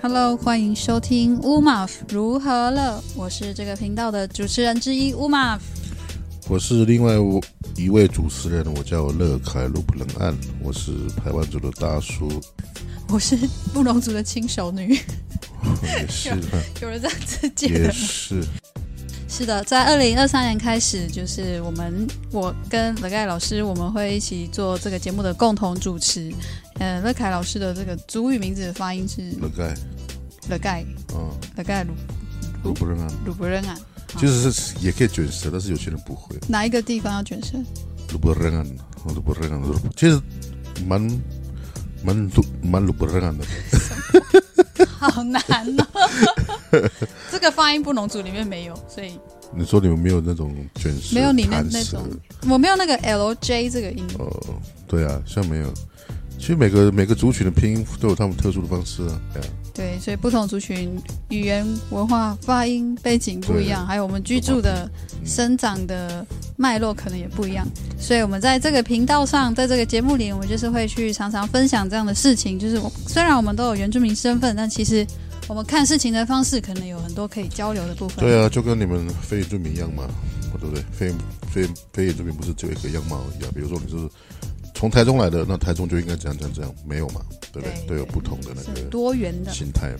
Hello，欢迎收听乌马如何了，我是这个频道的主持人之一乌马。我是另外一位主持人，我叫乐凯路普冷岸，我是排湾族的大叔，我是布隆族的轻熟女，也是啦， 有人这样自介也的。是，是的，在二零二三年开始，就是我们我跟乐凯老师，我们会一起做这个节目的共同主持。呃，乐凯老师的这个族语名字的发音是乐盖乐盖啊，乐盖鲁路普冷岸，鲁布仁啊，其实是也可以卷舌，但是有些人不会，哪一个地方要卷舌？路普冷岸，路普冷岸，鲁布其实蛮蛮鲁蛮路普冷岸的，好难哦，这个发音布农族里面没有，所以你说你们没有那种卷舌，没有你那弹那舌种，我没有那个 L J 这个音。哦，对啊，像没有。其实每个每个族群的拼音都有他们特殊的方式啊，对啊，对，所以不同族群语言、文化、发音背景不一样，对还有我们居住的、嗯生长的脉络可能也不一样。所以我们在这个频道上，在这个节目里，我们就是会去常常分享这样的事情。就是我虽然我们都有原住民身份，但其实我们看事情的方式可能有很多可以交流的部分。对啊，就跟你们非原住民一样嘛，对不对？非非非原住民不是只有一个样貌而已啊。比如说你是从台中来的，那台中就应该怎样怎样怎样，没有嘛，对不对？对都有不同的那是个多元的。心态，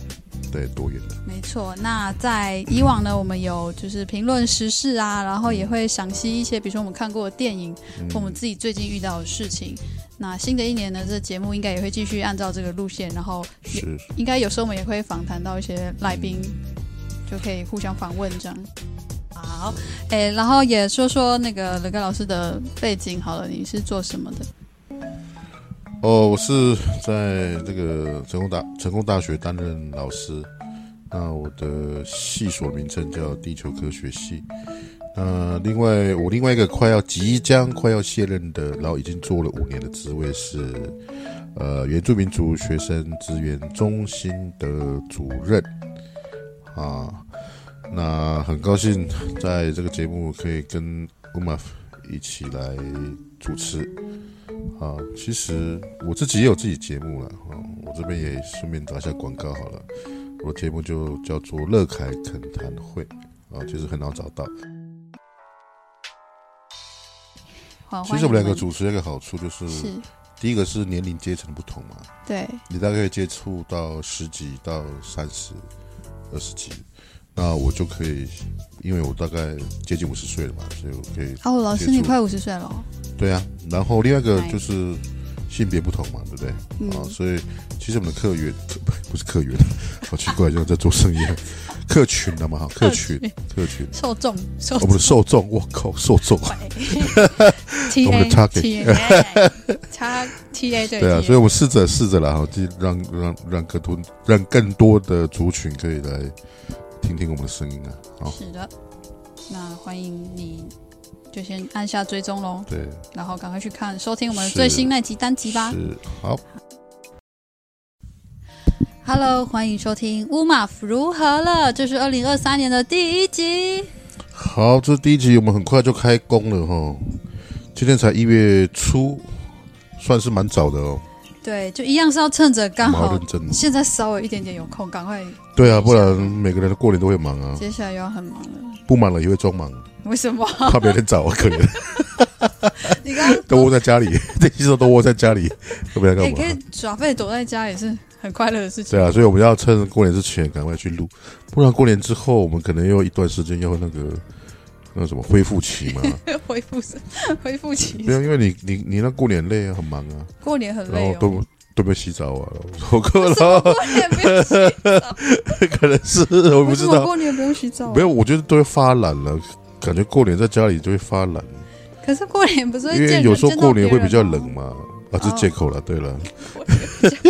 对多元的。没错，那在以往呢，我们有就是评论时事啊，然后也会赏析一些，比如说我们看过的电影，嗯或我们自己最近遇到的事情。那新的一年呢，这节目应该也会继续按照这个路线，然后也是应该有时候我们也会访谈到一些来宾，就可以互相访问这样。好，哎，然后也说说那个乐高老师的背景好了，你是做什么的？哦，我是在这个成功大成功大学担任老师，那我的系所名称叫地球科学系。那另外，我另外一个快要即将快要卸任的，然后已经做了五年的职位是，呃，原住民族学生资源中心的主任啊。那很高兴在这个节目可以跟 UMAF 一起来主持。啊，其实我自己也有自己节目了啊，我这边也顺便打一下广告好了。我的节目就叫做乐凯恳谈会啊，其实很好找到。好，其实我们两个主持人一个好处就是，是，第一个是年龄阶层不同嘛，对，你大概可以接触到十几到三十、二十几，那我就可以，因为我大概接近五十岁了嘛，所以我可以哦，老师接触你快五十岁了哦，对啊，然后另外一个哎就是性别不同嘛，对不对？嗯啊，所以其实我们的客源客 不是客源，好奇怪，像在做生意，客群了嘛，哈，客群，客群， 受众受我众们的受众，我靠，受众，哎 T 我 A 们的 target T A 叉 T A 对对啊，所以 TA 我们试着试着了哈，就让让让更多让更多的族群可以来听听我们的声音啊，好，是的，那欢迎你就先按下追踪喽，对，然后赶快去看收听我们的是最新那集单集吧。是好， Hello，欢迎收听乌马夫如何了，这是二零二三年的第一集。好，这第一集我们很快就开工了哈，今天才一月初，算是蛮早的哦，对，就一样是要趁着刚蛮好认真的。现在稍微一点点有空，赶快，对啊，不然每个人过年都会忙啊，接下来又要很忙了。不忙了也会装忙，为什 么？ 怕别人找啊，可怜你刚刚都窝在家里， 这些时候都窝在家里，都不知道哎干可以嘛。耍废躲在家也是很快乐的事情。对啊，所以我们要趁过年之前赶快去录，不然过年之后我们可能又一段时间要那个那个什么恢复 期嘛。恢复恢复期没，有，因为你你你那过年累啊，很忙啊，过年很然后累哦。都都没洗澡啊，我过了，也不用洗澡，啊可能是 我不为知什么道，过年不用洗澡啊？没有，我觉得都会发懒了，感觉过年在家里就会发懒。可是过年不是会因见为人有时候见到过年别会人比较吗冷嘛，啊，这哦借口了。对了 过，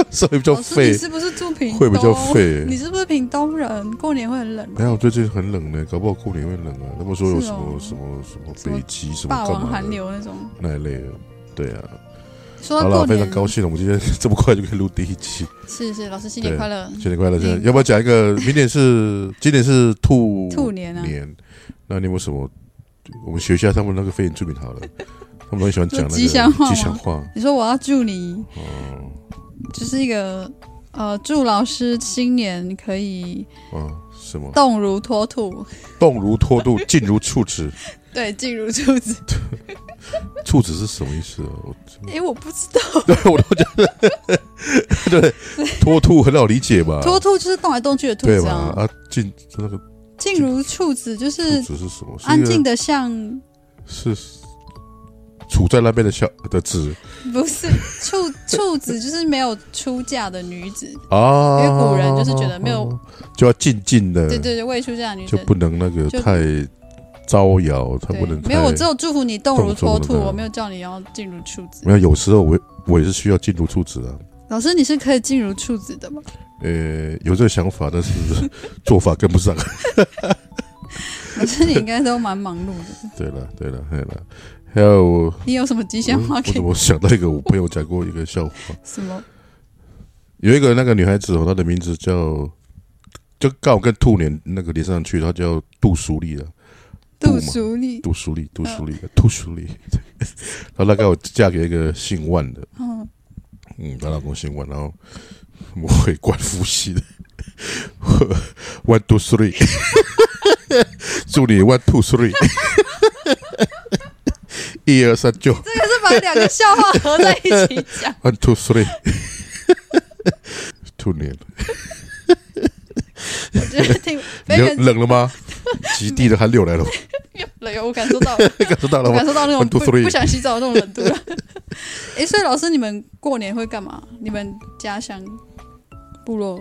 所以比较老师，哦你废，是不是住屏东？会比较废。你是不是屏东人？过年会很冷吗没有，最近很冷呢，搞不好过年会冷啊。他们说有是什么、哦什么什什么么啊北极什霸么干王嘛寒的流那种。那一类的，对啊。说到好了，过非年，常高兴了，我们今天 这么快就可以录第一期，是是，老师新年对快乐，新年快乐！现在嗯要不要讲一个？明年是今年是兔兔年啊，年，那你有没有什么？我们学一下他们那个非言著名好 了，他们很喜欢讲那个吉祥话吗吉祥话。你说我要祝你，哦，就是一个。呃，祝老师新年可以啊，什么动如脱兔，动如脱 兔，静如处子。对，静如处子。 处子是什么意思 啊？我哎、我不知道，对我都觉得， 对，脱兔很好理解嘛，脱兔就是动来动去的兔对子嘛？啊。啊，静那个静如处子就是处子是什么？是一安个静的像，是处在那边的小的子 不是处处子就是没有出嫁的女子。因啊，为古人就是觉得没有就要静静的，对对对，未出嫁的女就子。不能那个就太招摇，他对不能，太没有，我只有祝福你动如脱动兔，如脱兔我没有叫你要静如处子。没有，有时候我我也是需要进入处子啊。老师，你是可以静如处子 的吗？呃，有这个想法，但是 做法跟不上。 老师，你应该都蛮忙碌的。对了，对了，对了，还有我你有什么吉祥我话我可怎以么想到一个我朋友讲过一个笑话，什么？有一个那个女孩子哦，她的名字叫就刚好跟兔年那个连上去，她叫杜淑丽了。杜杜嘛淑丽，杜淑丽，杜淑丽，杜淑丽。 对她大概我嫁给一个姓万的，嗯，嗯，她老公姓万，然后我会管夫妻的。one two three，祝你 one two three，一二三九这个是把两个笑话合在一起 讲，one two three，兔年我觉得挺没冷人冷了吗？极地的寒流来了，了有我感 受到了，感受到了我吗感？受到那种 One, two, 不 three 不想洗澡的那种冷度了。 哎，所以老师，你们过年会干嘛？你们家乡部落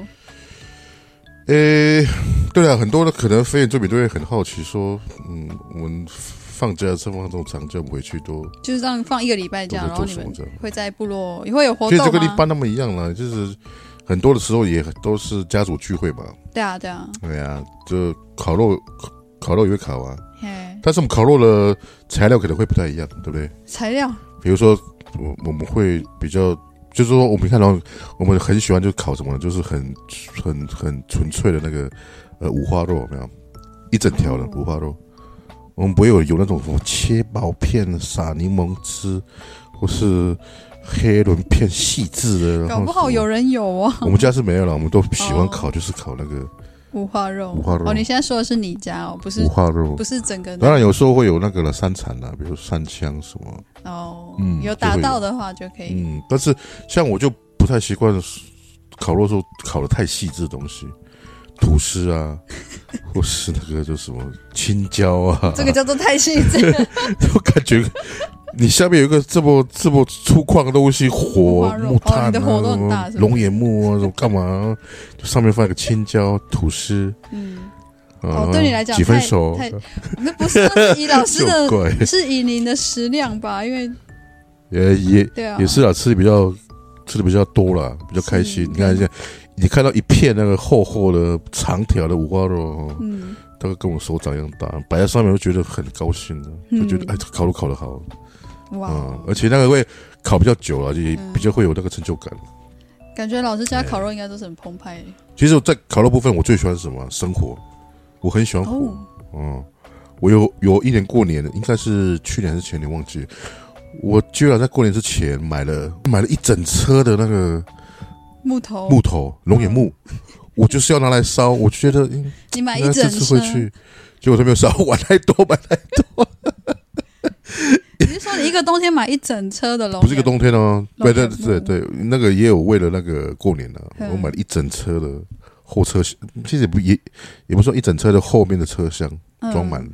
诶，对了，很多的可能非原住民都会很好奇说，嗯，我们放假这放这种长假，我们回去都就是让放一个礼拜假，都然在后做你什么们这样？会在部落也会有活其实这动啊跟一吗？般他们一样啦，就是很多的时候也都是家族聚会嘛，对啊，对啊，对呀、就烤肉烤烤肉也会烤啊，嘿，但是我们烤肉的材料可能会不太一样，对不对？材料比如说我我们会比较，就是说我们看到我们很喜欢就烤什么呢？就是很很很纯粹的那个呃五花肉，有没有？一整条的哦五花肉，我们不会有有那种什么切薄片、撒柠檬汁，或是黑轮片细致的。然搞后不好什么有人有哦，我们家是没有了，我们都喜欢哦烤，就是烤那个五花肉，五花肉哦，你现在说的是你家哦，不是五花肉啊不。是整个当然有时候会有那个了三产啦，比如三枪什么，哦，嗯有就会达有到的话就可以。嗯，但是像我就不太习惯烤肉时候烤的太细致的东西，吐 司啊，或是那个叫什么青椒啊，这个叫做太细致，我感觉你下面有一个这么这么粗犷的东西，五火花肉木炭哦啊，你的火都很大是什么不是龙眼木啊，什么干嘛啊、就上面放一个青椒吐司。嗯，啊哦对你来讲几分太熟？太那不是那是以老师 就的，怪，是以您的食量吧？因为也也对啊，也是啊，吃的比较吃的比较多了，比较开是。心嗯你看一下，你看到一片那个厚厚的长条的五花肉，哦嗯，大概跟我手掌一样大，摆在上面就觉得很高兴的，就觉得嗯哎，这烤肉烤得好哇，啊，而且那个会烤比较久了，就也嗯比较会有那个成就感。感觉老师哎家烤肉应该都是很澎湃其实，在烤肉部分，我最喜欢什么？生火，我很喜欢火。哦。嗯，我有有一年过年，应该是去年还是前年忘记，我居然在过年之前买了买了一整车的那个木头，木头龙眼木，我就是要拿来烧。我觉得应你嗯买该一这整次会去，结果他没有烧，我买太多 买太你是说你一个冬天买一整车的龙？不是一个，冬天哦，龙对眼对木对对，那个也有为了那个过年啊，啊嗯我买了一整车的后车厢，其实也不也也不是说一整车的后面的车厢嗯装满，了。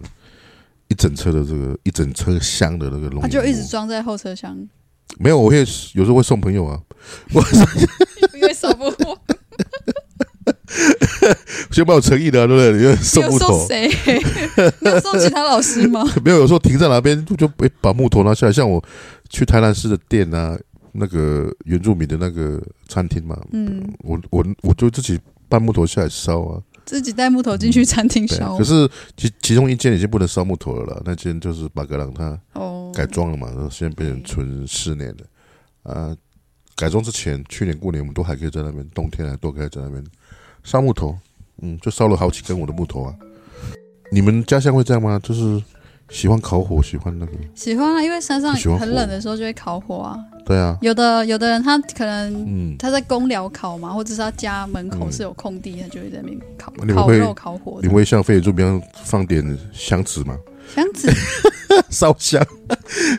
一整车的这个一整车厢的那个龙眼木，啊他就一直装在后车厢，没有，我会有时候会送朋友啊，我 因为收 不完，就蛮有诚意的、啊，对不对？因为送木有送头，谁？ 你有送其他老师 吗？没有，有时候停在哪边就就诶把木头拿下来。像我去台南市的店啊，那个原住民的那个餐厅嘛，嗯，我我我就自己搬木头下来烧啊。自己带木头进去餐厅对啊烧，可是其其中一间已经不能烧木头了啦，那间就是巴格朗他哦，改装了嘛，然后现在变成纯室内的。啊，改装之前，去年过年我们都还可以在那边，冬天还都可以在那边烧木头，嗯，就烧了好几根我的木头啊。你们家乡会这样吗？就是喜欢烤火，喜欢那个，喜欢啊，因为山上喜欢很火冷的时候就会烤火啊。对啊，有的有的人他可能嗯，他在公寮烤嘛，或者是他家门口嗯是有空地，他就会在那边烤你们烤会肉、烤火你的。会像非洲一样放点香纸吗？这样子 烧香，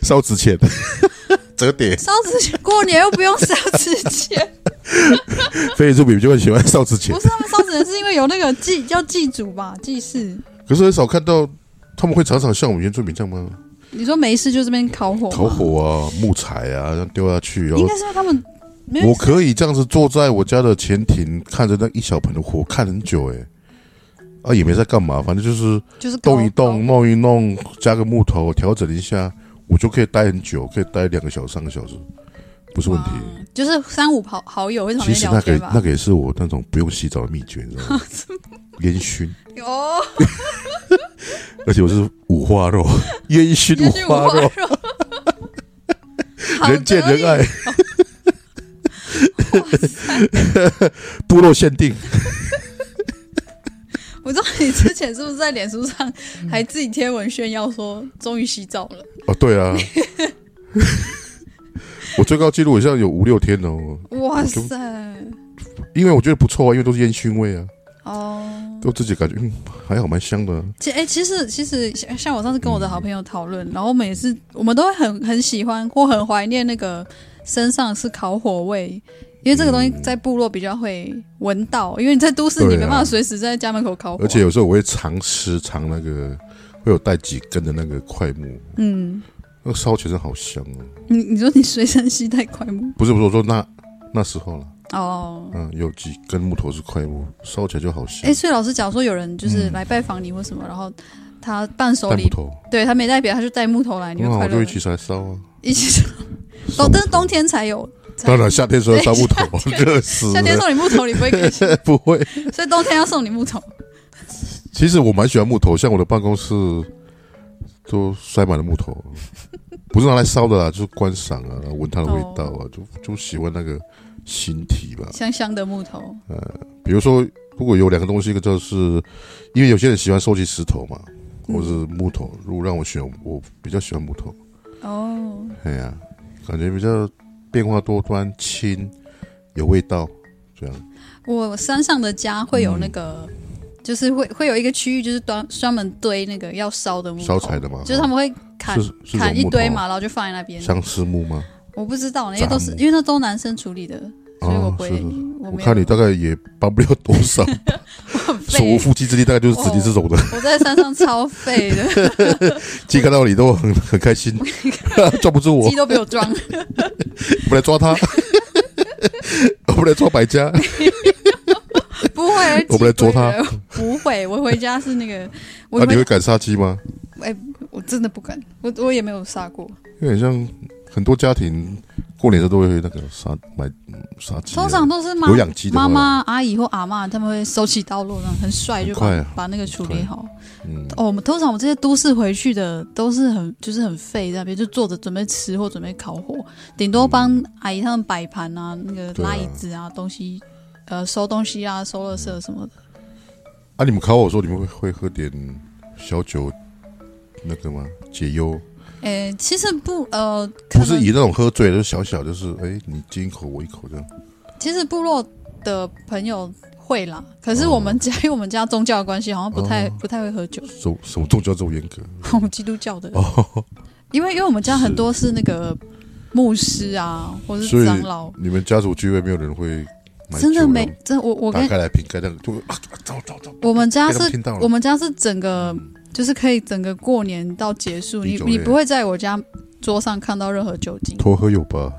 烧纸钱， 折叠。烧纸钱，过年又不用烧纸 钱，非洲比较喜欢烧纸钱不，是他们烧纸钱是因为有那个祭要祭祖吧，祭祀。可是很少看到他们会常常像我们原住民这样吗？你说没事就这边烤火吗，烤火啊，木材啊，这样丢下去，然应后该是因为他们没我有可以这样子坐在我家的前庭，看着那一小盆的火，看很久哎、啊，也没在干嘛，反正就是就是烤动一烤动、弄一弄，加个木头，调整一下，我就可以待很久，可以待两个小时、三个小时，不是问题。哇就是三五好好友会在旁其边实聊那个天也吧。那个也是我那种不用洗澡的秘诀，你知 道吗？烟熏，哦，而且我是五花肉，烟熏也是五花花 肉，肉，好人见人得爱意。部落限定，我知道你之前是不是在脸书上还自己贴文炫耀说终于洗澡了？哦，对啊， 我最高纪录好像有五六天哦，哇塞！因为我觉得不错啊，因为都是烟熏味啊，哦，都自己感觉嗯还好蛮香的啊、其哎、其实其实像像我上次跟我的好朋友讨嗯论，然后我们也是，我们都会很很喜欢或很怀念那个身上是烤火味，因为这个东西在部落比较会闻到，因为你在都市对啊你没办法随时在家门口烤火，啊而且有时候我会常吃尝那个会有带几根的那个块木，嗯，那个烧起来真的好香哦、你你说你随身携带块木不是不是，我说那那时候了，哦。嗯，有几根木头是块木，烧起来就好香哎、，所以老师，假如说有人就是嗯来拜访你或什么，然后他伴手带木礼，头，对他没带别的，他就带木头来，你很会好，快我乐就吗一起来烧啊。一起烧冬，木但是头冬天才有，才当然夏天时候烧木头， 热死夏天了，送你木头，你不会开 心，不会。所以冬天要送你木头。其实我蛮喜欢木头，像我的办公室都塞满了木头，不是拿来烧的啦，就是观赏啊，然后闻它的味道哦啊，就就喜欢那个形体吧。香香的木头，比如说，如果有两个东西，一个就是因为有些人喜欢收集石头嘛，嗯或者是木头。如果让我选，我比较喜欢木头。哦，哎呀、感觉比较变化多端、轻，有味道，这样。我山上的家会有那个，嗯就是会会有一个区域，就是专专门堆那个要烧的木头，烧柴的嘛嗯就是他们会砍是是砍种一木头堆嘛，啊，然后就放在那边。相思木吗？我不知道，因为都是杂木因为那都男生处理的，所以我哦不，会，是是是。我我没有看你大概也帮不了多 少，我很手无 废，缚鸡之力，大概就是指你这种的。我在山上超废的，今天看到你都很很开心， 抓 不 住我鸡，都被我装。 我们来抓他， 我们来抓百家，不会，我们来捉他鸡归人。不会，我回家是那个， 我 啊，你回会敢杀鸡吗？我真的不敢，我我也没有杀过。有点像很多家庭过年的时候都会那个杀买嗯杀鸡啊，通常都是妈有养鸡的话妈妈、阿姨或阿嬷，他们会手起刀落，这样很帅，就把、很快啊把那个处理好。嗯，哦，我们通常我们这些都市回去的都是很就是很废，在那边就坐着准备吃或准备烤火，顶多帮阿姨他们摆盘啊，那个对啊拉椅子啊，东西呃收东西啊，收垃圾什么的。啊，你们考我说你们会会喝点小酒那个吗？解忧诶，其实不呃，可不能是以那种喝醉的，就是小小就是哎，你敬一口我一口 这样，其实部落的朋友会啦，可是我们家、因为我们家宗教的关系，好像不太、哦不太会喝酒， 什么什么宗教这么严格？ 我们基督教的，哦，因为因为我们家很多是那个牧师啊，或所是以长老，你们家族聚会没有人会买真的酒没然后真的我我打跟开来瓶盖那个就啊，走走走，我们家被他们是听到了我们家是整个就是可以整个过年到结束，你啤酒类你不会在我家桌上看到任何酒精，多喝有吧？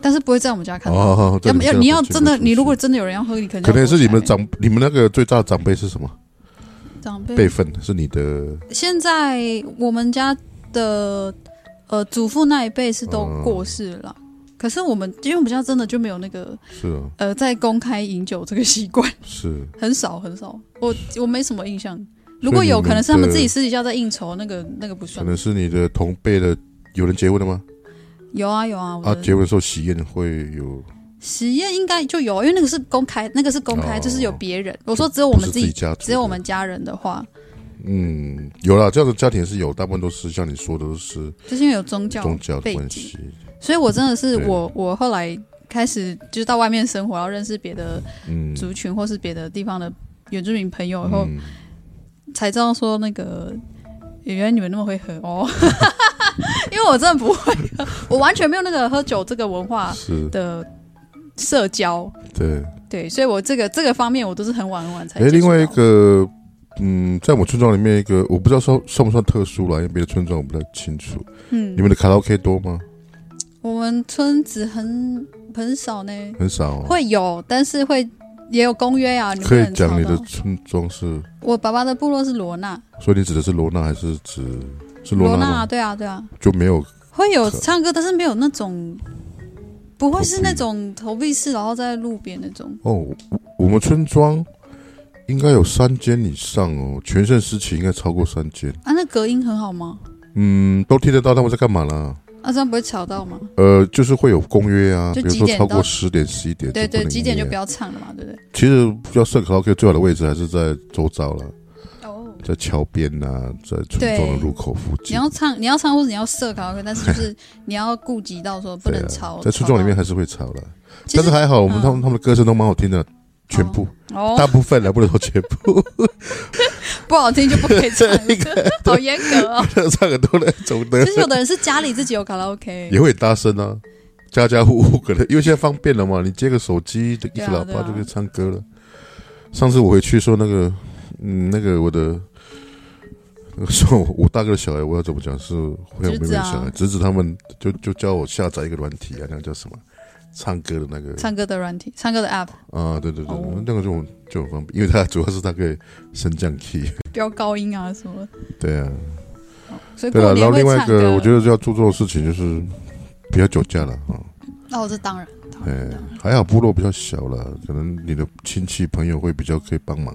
但是不会在我们家看到。哦， 要在要家你要不行真的，不行你如果真的有人要喝，你可能可要能是躲你起们来长你们那个最大的长辈是什么长辈辈分？是你的现在我们家的呃祖父那一辈是都嗯过世了啦，可是我们因为我们家真的就没有那个是啊呃在公开饮酒这个习惯，是。很少很少，我我没什么印象。所以如果有你们可能是他们的自己私底下在应酬，那个那个不可算。能是你的同辈的有人结婚了吗？有啊有啊，我啊，的结婚的时候喜宴会有，喜宴应该就有，因为那个是公开，那个是公开，哦哦就是有别人。我说只有我们不是自自己，家族的，只有我们家人的话，嗯，有啦，这样的家庭是有，大部分都是像你说的，都是就是因为有宗教宗教的背关景，系。所以我真的是对我我后来开始就是到外面生活，然后认识别的嗯，族群或是别的地方的原住民朋友以后，嗯，才知道说那个原来你们那么会喝哦， 因为我真的不会喝，我完全没有那个喝酒这个文化是的社交，对。对，所以我这个这个方面我都是很晚很晚才。哎，另外一，个，嗯，在我们村庄里面一个，我不知道算算不算特殊啦，因为别的村庄我不太清楚。嗯你，们的卡拉 OK 多吗？我们村子很很少呢，很少、哦。会有，但是会也有公约啊，你不可以能讲吵你的到村庄是，我爸爸的部落是罗纳，所以你指的是罗纳还是指是罗罗纳纳吗啊，？对啊，对啊，就没有会有可唱歌，但是没有那种，不会是投币那种投币式，然后在路边那种。哦，我我们村庄应该有三间以上哦，全盛时期应该超过三间。啊，那隔音很好吗？嗯，都听得到他们在干嘛啦？啊，这样不会吵到吗？呃，就是会有公约啊，比就如几说点超过到十点、十一点，对对，几点就不要。要唱了嘛，对不对？其实要设卡拉 OK 最好的位置还是在周遭啦，哦，在桥边呐，在村对庄的入口附你近。要唱，你要唱，或者你要设卡拉 OK，但是就是你要顾及到说不对能啊吵，。在村庄里面吵还是会吵啦，到，其但实是还好，我们嗯他们他们的歌声都蛮好听的，全部大哦，部分来不能说全部， 不好听就不可以唱这个，好严格哦。唱很多那种的其。实有的人是家里自己有卡拉 OK，也会很大声啊，家家户户可能因为现在方便了嘛，你接个手机的一对个啊喇对叭啊就可以唱歌了。上次我回去说那个，嗯，那个我的，那个说我我大哥的小孩，我要怎么讲是会有妹侄妹子的啊小孩，侄子他们就就叫我下载一个软体啊，那个叫什么？唱歌的那个唱歌的软体，唱歌的 app 啊，对对对，哦那个就很就很方便，因为它主要是它可以升降 key，飙高音啊什么，对啊，所以对过啊了，年然后会另外一唱个歌。我觉得要注重的事情就是不要酒驾了啊，哦，这当然，当然哎当然，还好部落比较小了，可能你的亲戚朋友会比较可以帮忙，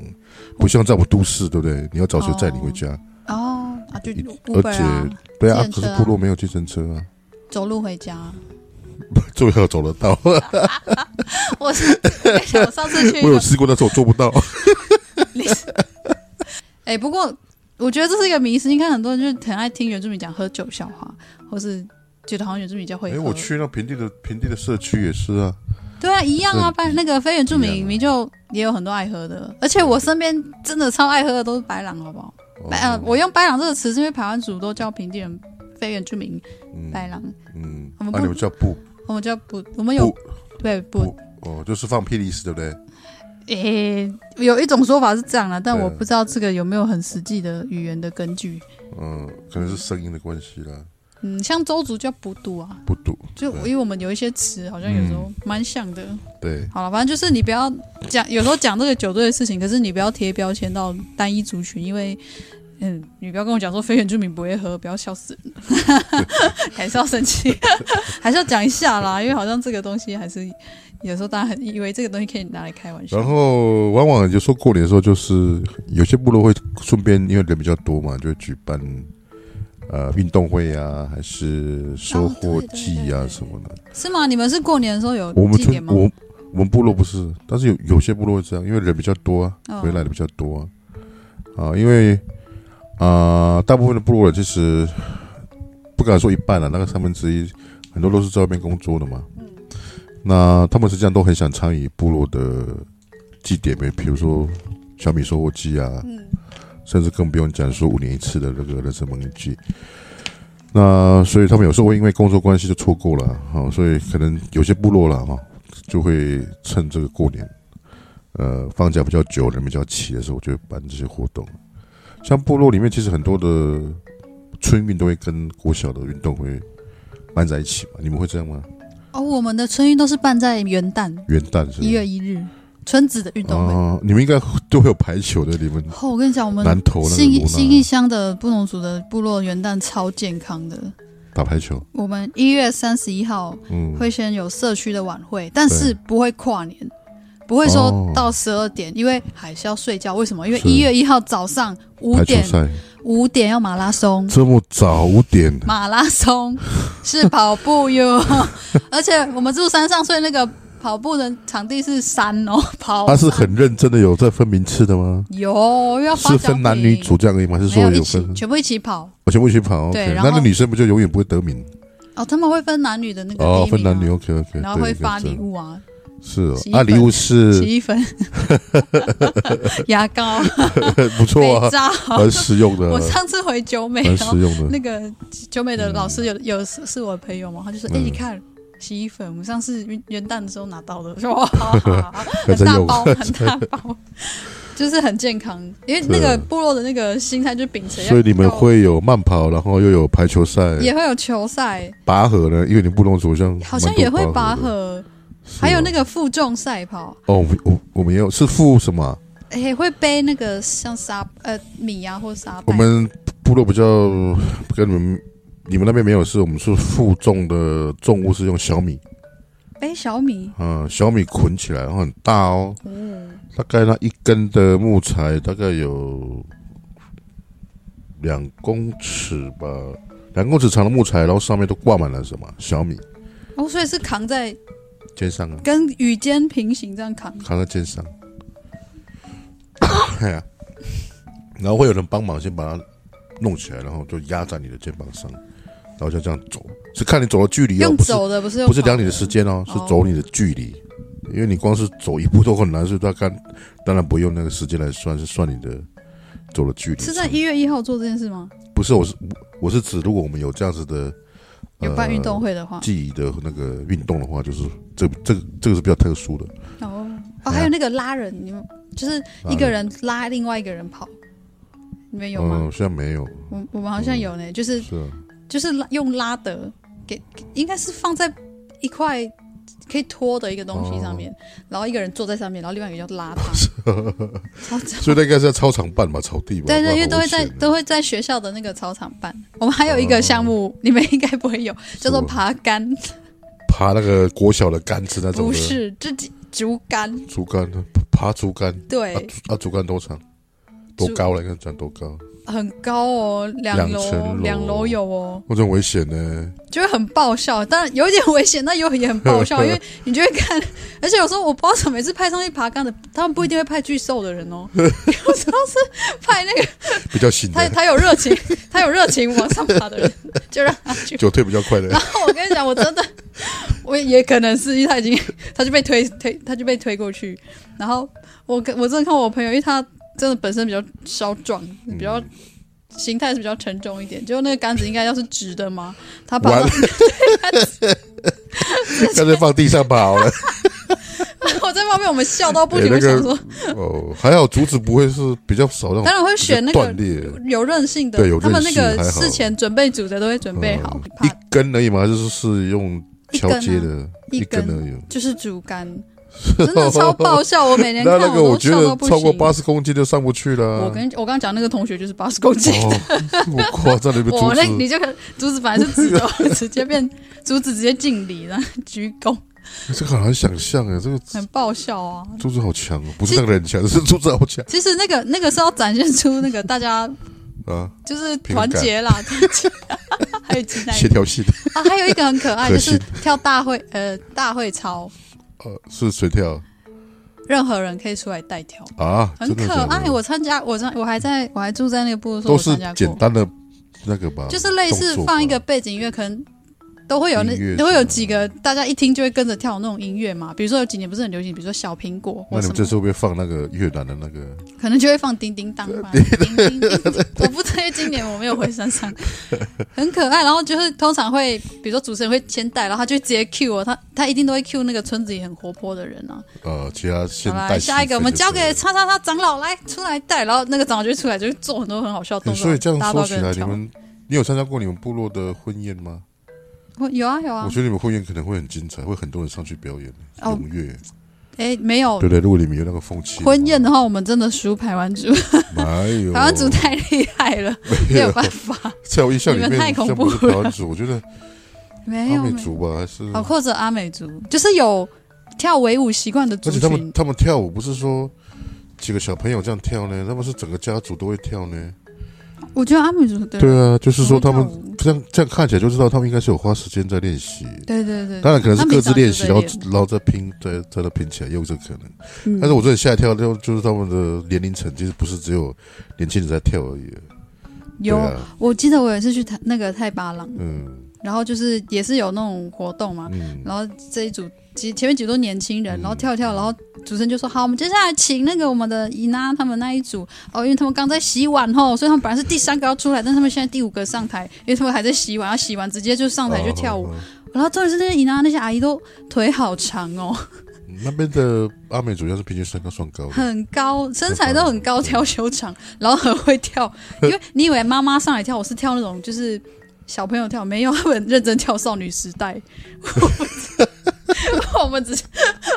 不像在我们都市，对不对？你要找谁载你回家？哦啊，就一 Uber 啊，对啊，计可程是车啊部落没有计程车啊， 走路回家。 最后走得到。啊我是我上次去一我个有试过，但是我做不 到。哎、不过我觉得这是一个迷思。你看，很多人就是很爱听原住民讲喝酒笑话，或是觉得好像原住民比较会哎、喝。我去那平地的平地的社区也是啊，对啊，一样啊，是办那个非原住民一样啊明明就也有很多爱喝的，而且我身边真的超爱喝的都是白狼，好 不好？哦白呃，我用白狼这个词是因为台湾族都叫平地人非原住民白狼，嗯，我嗯们啊，不你们叫布我们叫不，我们有不对不不哦，就是放屁的意思，对不对？诶、有一种说法是这样啦，但对啊我不知道这个有没有很实际的语言的根据。嗯，可能是声音的关系啦，嗯，像周族叫不度啊，不堵。就对嗯因为我们有一些词好像有时候蛮像的。对，好了，反正就是你不要讲，有时候讲这个酒醉的事情，可是你不要贴标签到单一族群，因为。嗯，你不要跟我讲说非原住民不会喝，不要笑 死人，还是要生气，还是要讲一下啦，因为好像这个东西还是有时候大家很以为这个东西可以拿来开玩笑然。后往往有时候过年的时候，就是有些部落会顺便，因为人比较多嘛，就会举办呃运动会啊，还是收获季啊哦对对对对什么的。是吗？你们是过年的时候有我们祭典村吗？我我们部落不是，但是有有些部落会这样，因为人比较多啊，哦回来的比较多啊，啊，因为啊、大部分的部落人其实不敢说一半了、啊那个三分之一，很多都是在外面工作的嘛。嗯那他们实际上都很想参与部落的祭典，比比如说小米收获季啊，嗯，甚至更不用讲说五年一次的那个人生盟祭。那所以他们有时候会因为工作关系就错过了，好、所以可能有些部落了哈、就会趁这个过年，呃，放假比较久、人比较齐的时候，就会办这些活动。像部落里面，其实很多的村运都会跟国小的运动会办在一起嘛，你们会这样吗？哦，我们的春运都是办在元旦元旦是一吗月一日，村子的运动会。啊，你们应该都会有排球的，你们哦，我跟你讲，我们南投那个新罗义纳新义乡的布农族的部落元旦超健康的。打排球，我们一月三十一号嗯，会先有社区的晚会，但是不会跨年，不会说哦到十二点，因为还是要睡觉。为什么？因为是一月一号早上五排球点赛五点要马拉 松，这么早五点， 马拉松是跑步哟，而且我们住山上，所以那个跑步的场地是山 哦，跑他啊是很认真的有在分名次的吗？有又要发是奖分男女品组这样而已吗？还是没说有一有起分？全部一起跑我全部一起跑对，OK，然那后那女生不就永远不会得名？哦，他们会分男女的那个哦，第一分名啊男女，OK OK，然后会发礼物啊，是哦洗，衣啊，礼粉物是洗衣 粉、牙膏、不错肥啊，皂。 蛮实用的我啊，上次回九美蛮哦，实用的。那个九美的老师有有是是我的朋友嘛，他就说：“哎、嗯你看洗衣粉，我们上次元元旦的时候拿到的，我说哇，好好好 还很在大用包，很大包，就是很健康。因为那个部落的那个心态就秉持，所以你们会嗯有慢跑，然后又有排球赛，啊也会有球赛，拔河呢？因为你们部落族好像好像蛮多也会拔河的，河，是还有哦那个负重赛跑，哦，我们我我们也有是负什么啊？也会背那个像沙呃米啊或沙我袋。们部落比较跟你们你们那边没有，是我们是负重的重物是用小米，背小米，嗯，小米捆起来，然后很大哦，哦，大概那一根的木材大概有两公尺吧，两公尺长的木材，然后上面都挂满了什么小米，哦，所以是扛在肩上啊，跟与肩平行这样扛。扛在肩上， 哎呀，然后会有人帮忙先把它弄起来，然后就压在你的肩膀上，然后就这样走，是看你走的距离哦，用不是走的不是用不是跑量你的时间哦，是哦走你的距离，因为你光是走一步都很难，所以大概当然不用那个时间来算，是算你的走的距离。是在一月一号做这件事吗？不是，我是我是指，如果我们有这样子的呃有办运动会的话，记忆的那个运动的话，就是这这个这个是比较特殊的。哦哎哦，呀还有那个拉人，你们就是一个人拉另外一个人跑，你们有吗？嗯，现在没有，我我们好像有呢，就是是啊，就是拉用拉的给，应该是放在一块可以拖的一个东西哦上面，然后一个人坐在上面，然后另外一个叫拉他。超级所以那应该是在操场办吧，草地吧。对不然对，因为好都会在险啊都会在学校的那个操场办。我们还有一个项目，你们应该不会有，叫做哦什么啊爬杆，爬那个国小的杆子那种不的是，这竹竿。竹竿，爬竹竿对，啊竹啊，竹竿多长？多竹高了？应该讲多高？很高哦，两两层楼楼两楼有哦，我这很危险呢。就会很爆笑，当然有一点危险，但有也很爆笑， 因为你就会看，而且有时候我不知道为什么每次派上去爬杆的，他们不一定会派巨瘦的人哦， 有时候是派那个比较新他的，他有热情，他有热情往上爬的人，就让他去。 酒退比较 快的然，后我跟你讲，我真的，我也可能是因为他已经，他就被推推，他就被推过去。然后我跟我真的看我朋友，因为他真的本身比较稍壮，比较嗯形态是比较沉重一点。就那个杆子应该要是直的嘛，他把 完了，干脆放地上 跑了。我在旁边我们笑到不停，对我哎那个想说，哦，还好竹子不会是比较少那当种然会直接选那断个裂，有韧性的，对有他们那韧个性还好嗯事前准备组的都会准备好，一怕根而已嘛，还是是用敲接的，一一根啊根而已。就是竹竿，真的超爆笑，我每年 那看那个我都觉笑得到不超过行。八十公斤就上不去了。我跟我刚刚讲那个同学就是八十公斤，哦， 我夸张你们竹我那子你就看竹子本来是直 的，直接变竹子直接敬礼，然后鞠躬，，这个很难想象哎，这个很爆笑啊！竹子好强哦，不是那个人强，是竹子好强其实那个那个是要展现出那个大家啊， 就是团结啦，团结还有期待协调性的，啊，还有一个很可爱，可就惜是跳大会呃大会操，呃，是水跳任何人可以出来代跳，啊，很真的可假的爱。我参加，我参我还在我还住在那个部落的时候，我都是参加简过，单的那个吧，就是类似动作吧放一个背景音乐，可能都会有那音乐都会什有么几个大家一听就会跟着跳那种音乐嘛。比如说有几年不是很流行，比如说小苹果或那你什么们这，次会不会放那个越南的那个？可能就会放叮叮当 嘛。叮叮叮，我不知道，因为今年我没有回山上， 很可爱。然后就是通常会，比如说主持人会先带，然后他就直接 cue 我，他他一定都会 cue 那个村子里很活泼的人啊。呃，其他现好代啦，戏下一个我们份就交是给叉叉叉长老来出来带，然后那个长老就出来就做很多很好笑的动欸作。所以这样大家都说要起跟来，着你跳们你有参加过你们部落的婚宴吗？我有啊有啊我，觉得你们婚宴可能会很精彩，会很多人上去表演哦踊跃，哎没有对不对？如果你们有那个风气的话，哎婚宴的话，我们真的输台湾组，没 有台湾组太厉害 了，没有办法，在我印象里面，你们太恐像不是怖了台湾族，我觉得没阿有美哎没有，族吧，还是哦，或者阿美族，就是有跳维舞习惯的族而且他们群，他们跳舞不是说几个小朋友这样跳呢，他们是整个家族都会跳呢。我觉得阿美族的对啊，就是说他很会们跳舞这样这样看起来就知道他们应该是有花时间在练习。对对对，当然可能是他们各自平常就练习，在然后练然后再拼，再再再拼起来，也有这个可能。嗯但是我这里吓一跳，就就是他们的年龄层其实不是只有年轻人在跳而已。对有，啊，我记得我有一次去泰那个泰巴朗，嗯然后就是也是有那种活动嘛，嗯，然后这一组其前面几组都年轻人，嗯然后跳一跳，然后主持人就说好，我们接下来请那个我们的伊娜他们那一组哦，因为他们刚在洗碗吼，所以他们本来是第三个要出来，但是他们现在第五个上台，因为他们还在洗碗，要洗完直接就上台就跳舞。哦。哦哦然后重点是那些伊娜那些阿姨都腿好长哦，那边的阿美主要是平均身高 算高的，很高，身材都很高挑修长，然后很会 跳。因为你以为妈妈上来跳，我是跳那种就是小朋友跳，没有，他们很认真跳少女时 代。我们只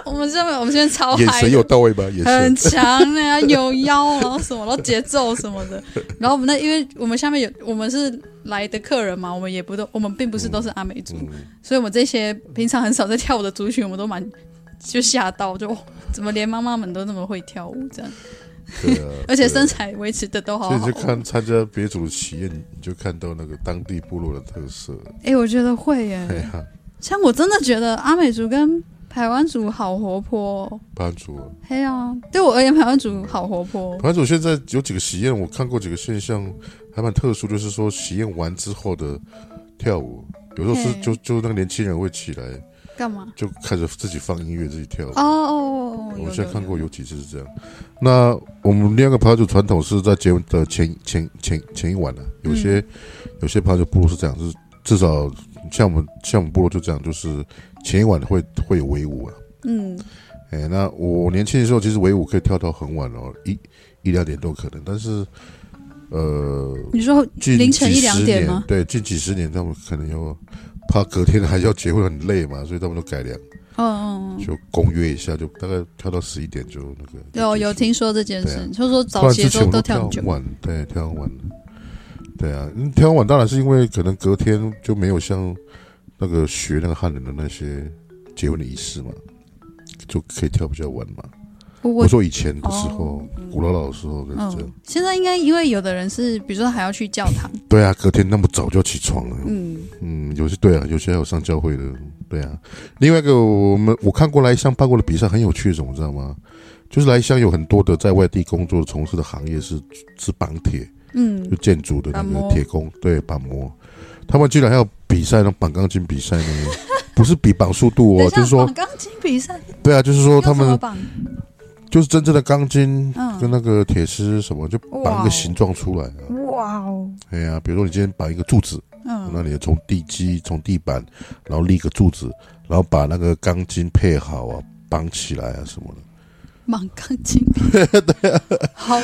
我们这边我们这边超眼嗨神，有到位吧？眼神哦很强的啊呀，有腰，然后什么，然后节奏什么的。然后我们那因为我们下面有我们是来的客人嘛，我们也不都我们并不是都是阿美族，嗯，所以我们这些平常很少在跳舞的族群，我们都蛮就吓到，就、哦、怎么连妈妈们都那么会跳舞这样。，对啊而且身材。材维持的都好所以好你就。看参加别组的企业，你你就看到那个当地部落的特色。哎、我觉得会哎耶。呀，像我真的觉得阿美族跟台湾族好活泼、哦。班主啊，嘿啊，对我而言，台湾族好活泼。班主现在有几个实验，我看过几个现象，还蛮特殊，就是说实验完之后的跳舞，有时候是嘿就就那个年轻人会起来，干嘛？就开始自己放音乐，自己跳舞。哦哦哦，我有现在看过有有几次是这样。那我们另外一个爬酒传统是在节目的前前前前一晚呢、啊有些、嗯有些爬酒部落是这样，是至少像我们像我们部落就这样，就是前一晚会会有围舞啊。嗯，哎，那我年轻的时候其实围舞可以跳到很晚哦，一一两点都有可能，但是呃，你说近凌晨几一两十点年吗对，近几十年他们可能要怕隔天还要结婚很累嘛，所以他们都改良。嗯嗯嗯，就公约一下，就大概跳到十一点就那个。哦有有听说这件事，就说早啊不然些之前都我都跳跳很久很。晚，对，跳很晚。对啊，嗯跳很晚当然是因为可能隔天就没有像那个学那个汉人的那些结婚的仪式嘛，就可以跳比较晚嘛。我我我说以前的时候，哦嗯古老老的时候就是这样。嗯，现在应该因为有的人是，比如说还要去教堂，对啊，隔天那么早就要起床了。嗯，嗯，有些对啊，有些还有上教会的，对啊。另外一个，我们我看过来乡办过的比赛，很有趣，什么知道吗？就是来乡有很多的在外地工作从事的行业是是绑铁，嗯就，建筑的那板个模铁工，对，板模。他们居然还有比赛呢，绑钢筋比赛呢， 不是比绑速度等一哦，下就是说绑，钢筋比赛对啊，就是说要他怎么们绑？就是真正的钢筋嗯跟那个铁丝什么，就绑一哇个哦形状出来啊。哇哦，哎呀、比如说你今天绑一个柱子，那嗯，你从地基、从地板，然后立个柱子，然后把那个钢筋配好啊，绑起来啊什么的。 绑钢筋，好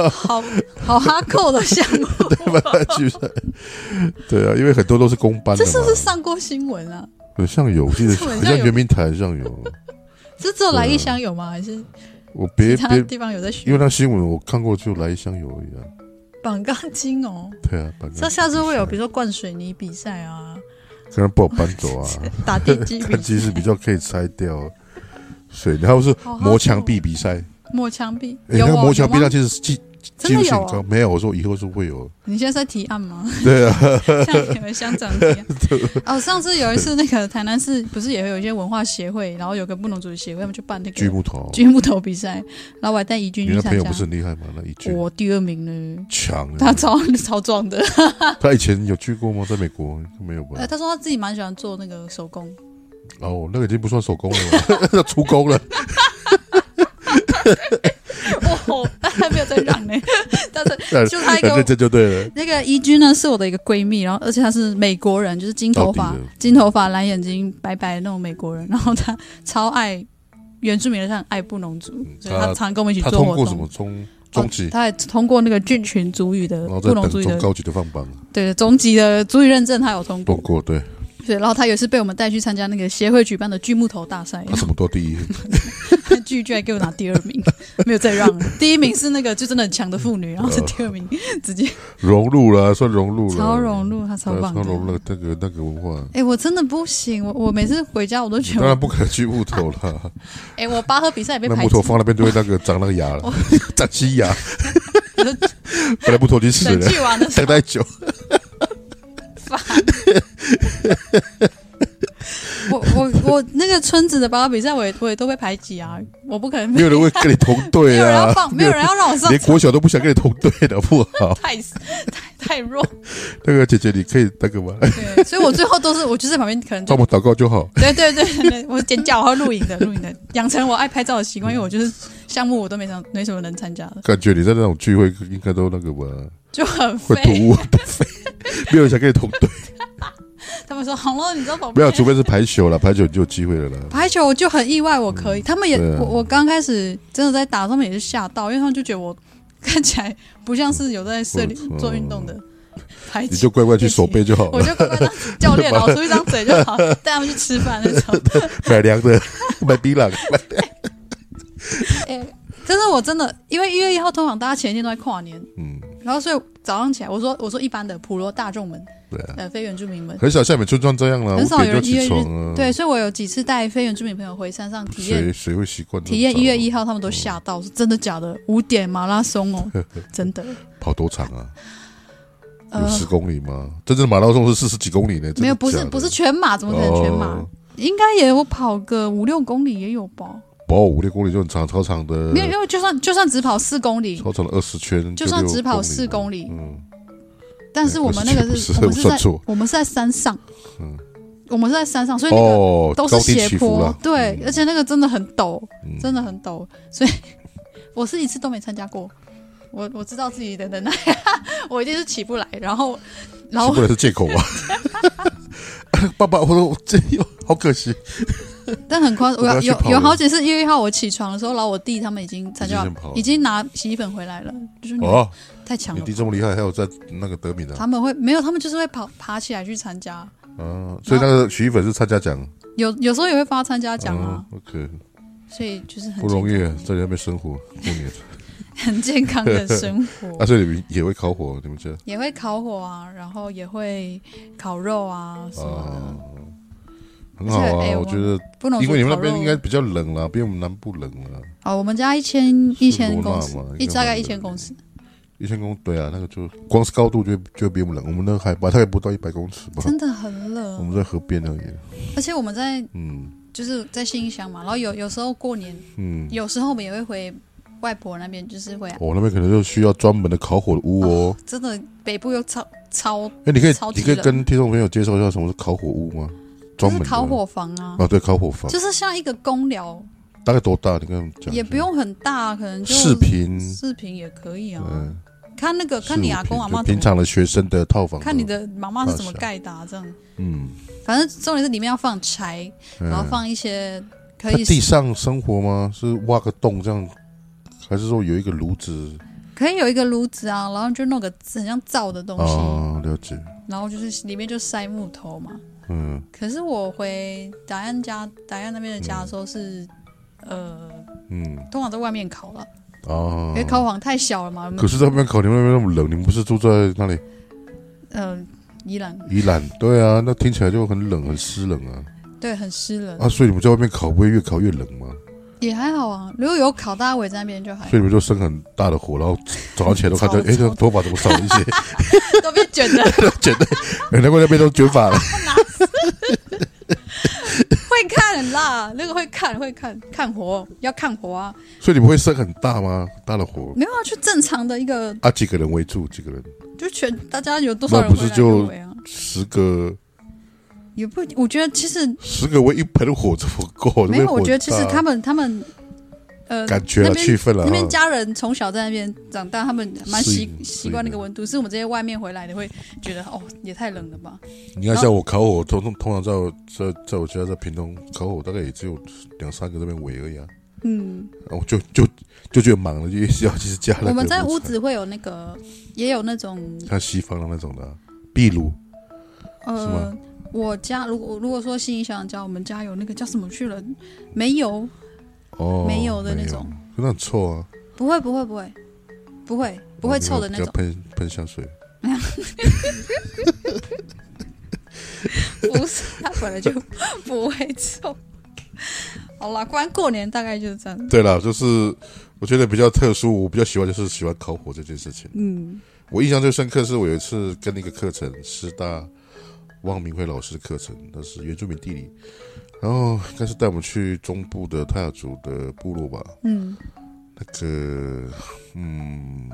好好哈扣的项 目，巨赛，对啊，因为很多都是公班的这嘛是不是上过新闻啊？好像有，我记得这好像好像有圆明台上有。这只有来一乡有吗？还是我其别他别，地方有在因为学那新闻我看过，就来一箱有而已啊。绑钢筋哦？对啊，绑这下次会有，比比如说灌水泥比赛啊，可能不好搬 走啊。打地基比它赛 其实比较可以拆掉水，然后是好哈扣磨墙壁比赛。抹墙壁，诶有那个哦磨墙壁有那吗其实是技技真术的性有很高，哦？没有。我说以后是会有，你现在在提案吗？对啊， 像你们乡长一 样。哦，上次有一次那个台南市不是也有一些文化协会，然后有个布农族协会，他们就办那锯个木头。锯木头比赛，然后我还带怡君你去那朋参友加不。是很厉害吗？那一句我第二名呢，强他啊，超 超壮的。他以前有去过吗？在美国没有吧呃，？他说他自己蛮喜欢做那个手工，呃哦，那个已经不算手工了 吧， 那出工了。哦， 他没有在嚷呢，但那是就他一那个哎这就对了。那个怡君呢，是我的一个闺蜜，然后而且她是美国人，就是金头到发底的、金头发、蓝眼睛、白白的那种美国人，然后她超爱原住民的，像爱布农族，所以她嗯她常跟我们一起他做通活过什么动。中哦中级，她也通过那个郡群族语的然后布再农等族语中的高级的放榜，对中级的族语认证，她有通通过。过对，对，然后她有一次被我们带去参加那个协会举办的锯木头大 赛，他什么都第一。剧居然给我拿第二名，没有再让了。第一名是那个就真的很强的妇女，然后是第二名，直接融入了，算融入了，超融入，她超对啊，棒超的。融入了那个那个文化。哎、我真的不行，我我每次回家我都觉当得然，不可能锯木头 了，哎、我拔河比赛也被那排哦木挤 头，放那边就会那个长那个牙了，长新牙。本来不拖进水冷的，气王 的时等候太久。我我我那个村子的保比赛，我也我也都被排挤啊，我不可能没有人会跟你同队没有人要啊，放，没有人要让我上连场，国小都不想跟你同队的，好不好？ 太太太弱，那个姐姐，你可以那个吗？哎对，所以我最后都是我就是在旁边可能 就帮我祷告就好。对对对对，我剪脚还有录影的录影的，养成我爱拍照的习惯，因为我就是项目我都没什么没什么能参加的，感觉你在那种聚会应该都那个吧，就很会突废。 兀的飞，没有人想跟你同队。他们说红楼，你知道宝没贝有，除非是排球了，排球你就有机会了啦。排球，我就很意外我可以，他们也对啊我我刚开始真的在打，他们也是吓到，因为他们就觉得我看起来不像是有在社里我做运动的排你球就。乖乖去守备就好我了，就乖乖 当教练，老出一张嘴就好，带他们去吃饭那 种。买凉的，买槟榔。哎，但是我真的，因为一月一号通常大家前一天都在跨年，嗯，然后所以早上起来，我说我说一般的普罗大众们，对啊，呃，非原住民们，很少像你们村庄这样了，很五少点有就人一月起一床啊。对，，所以我有几次带非原住民朋友回山上体验谁谁会习惯这么体验早啊一月一号，他们都吓到，是真的假的？五点马拉松 哦，真的。跑多长啊？有呃，十公里吗？真正的马拉松是四十几公里呢？真的没有，不是假的不是全马，怎么可能全马？哦应该也有跑个五六公里也有吧？跑五六公里就很长，超长的没，有，因为就算就算只跑四公里，超长的二十圈，就算6只跑四公里，嗯，但是我们那个是哎我不们是是不是我算在错我们是在山上嗯，我们是在山上，所以那个哦，都高是低斜起伏坡了，，对，而且那个真的很陡，嗯真的很陡，所以我是一次都没参加过。我我知道自己的能耐， 我一定是起不来。然后，然起后不来是借口吧？ 爸爸，我说我这又好可惜，但很夸张，我我要有去有跑有了好几次一月一号我起床的时候，然后我弟他们已经参已加经先跑了，已经拿洗衣粉回来了，就是你哦，太强你了吧。弟这么厉害，还有在那个德米的他们会没有，他们就是会跑爬起来去参加，啊，所以那个曲艺粉是参加奖，有有时候也会发参加奖啊，嗯，OK，所以就是很不容易健康，在那边生活过年很健 康的生活。 啊，所以你们也会烤火，你们这也会烤火啊，然后也会烤肉啊什么的。啊，很好而且哎啊，我我觉得，不能因为你们那边烤肉应该比较冷啦，比我们南部冷啊啦，哦，我们家一千一千公尺罗纳嘛，一应该大概蛮一千公尺，一千公对啊，那个就光是高度就就比我们冷，我们那个海拔大概不到一百公尺吧，真的哦很我冷。们在河边而已，而且我们在嗯就是在新乡嘛，然后有有时候过年，嗯。有时候我们也会回外婆那边，就是会、啊哦，那边可能就需要专门的烤火的屋哦。真的北部又超超哎、你可以超，级你可以冷跟听众朋友介绍一下什么是烤火屋吗？就专是门的烤火房啊，啊，对，烤火房，就是像一个公寮，大概多大？你跟我们讲一下也不用很大，可能就视频，视频也可以啊。嗯，看那个看你阿公阿妈怎就平么，常的学生的套房，看你，的妈妈是怎么大小盖的、啊、这样。嗯，反正重点是里面要放柴，然后放一些可在以地上生活吗？是挖个洞这样，还是说有一个炉子可以有一个炉子啊，然后就弄个很像灶的东西，啊？了解，然后就是里面就塞木头嘛。嗯，可是我回达安家，达安那边的家的时候是，呃，嗯通常在外面烤了，啊因为，烤房太小了嘛。我们可是在那边烤，你们那边那么冷，你们不是住在那里嗯、宜兰宜兰？对啊，那听起来就很冷，很湿冷啊。对很湿冷，啊，所以你们在外面烤，不会越烤越冷吗？也还好啊。如果有烤，大家围在那边就还所以你们就生很大的火，然后早上起来都看 到，超哎，这个头发怎么少了一些？ 都被卷的，觉得，哎难怪那边都卷发了。 会看啦，那个会看会看看火，要看火啊，所以你们会生很大吗？大的火没有啊，就正常的一个，啊，几个人围住？几个人？就全大家有多少人那不是回来就围啊？十个，也不，我觉得其实十个围一盆火怎么够？没那边有，火我觉得其实大他们他们，呃，感觉了那边气氛了那边哈。家人从小在那边长大，他们蛮适习应适习应惯那的个温度，是我们这些外面回来的会觉得哦，也太冷了吧？你看，像我烤火，通通通常在我在在我家在屏东烤火，大概也只有两三个那边围而已啊。嗯，然后就就就觉得忙了，就要其实家人。我们在屋子会有那个，也有那种像西方的那种的啊壁炉，是呃吗，我家如果如果说新义乡家，我们家有那个叫什么去了？煤油哦，没有的那种没有，那很臭啊，不会不会不会不会不会臭的那种比较，喷喷香水。不是，它本来就不会臭。好啦，关过年大概就是这样。对了，就是我觉得比较特殊，我比较喜欢就是喜欢烤火这件事情。嗯我印象最深刻是我有一次跟那个课程师大汪明辉老师的课程，那是原住民地理，然后应该是带我们去中部的泰雅族的部落吧，嗯，那个嗯，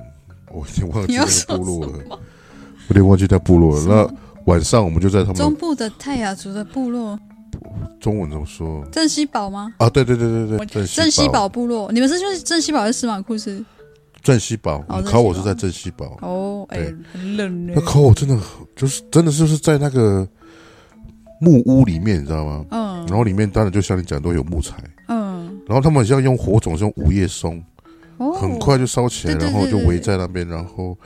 我已经忘你记要那个说部落了什，么？我有点忘记那部落什了么。那晚上我们就在他中们部的泰雅族的部落，中文怎么说镇西堡吗？啊？对对对对对，镇镇西西堡，堡部落，你们是就是镇西堡还是司马库斯？镇西堡，哦你考我镇西堡是在镇西堡，哦，哎、对很冷呢那考我真的就是真的就是在那个木屋里面，你知道吗？嗯然后里面当然就像你讲都有木材，嗯，然后他们很像用火种，是用午夜松，哦，很快就烧起来，对对然后对就对围在那边，然后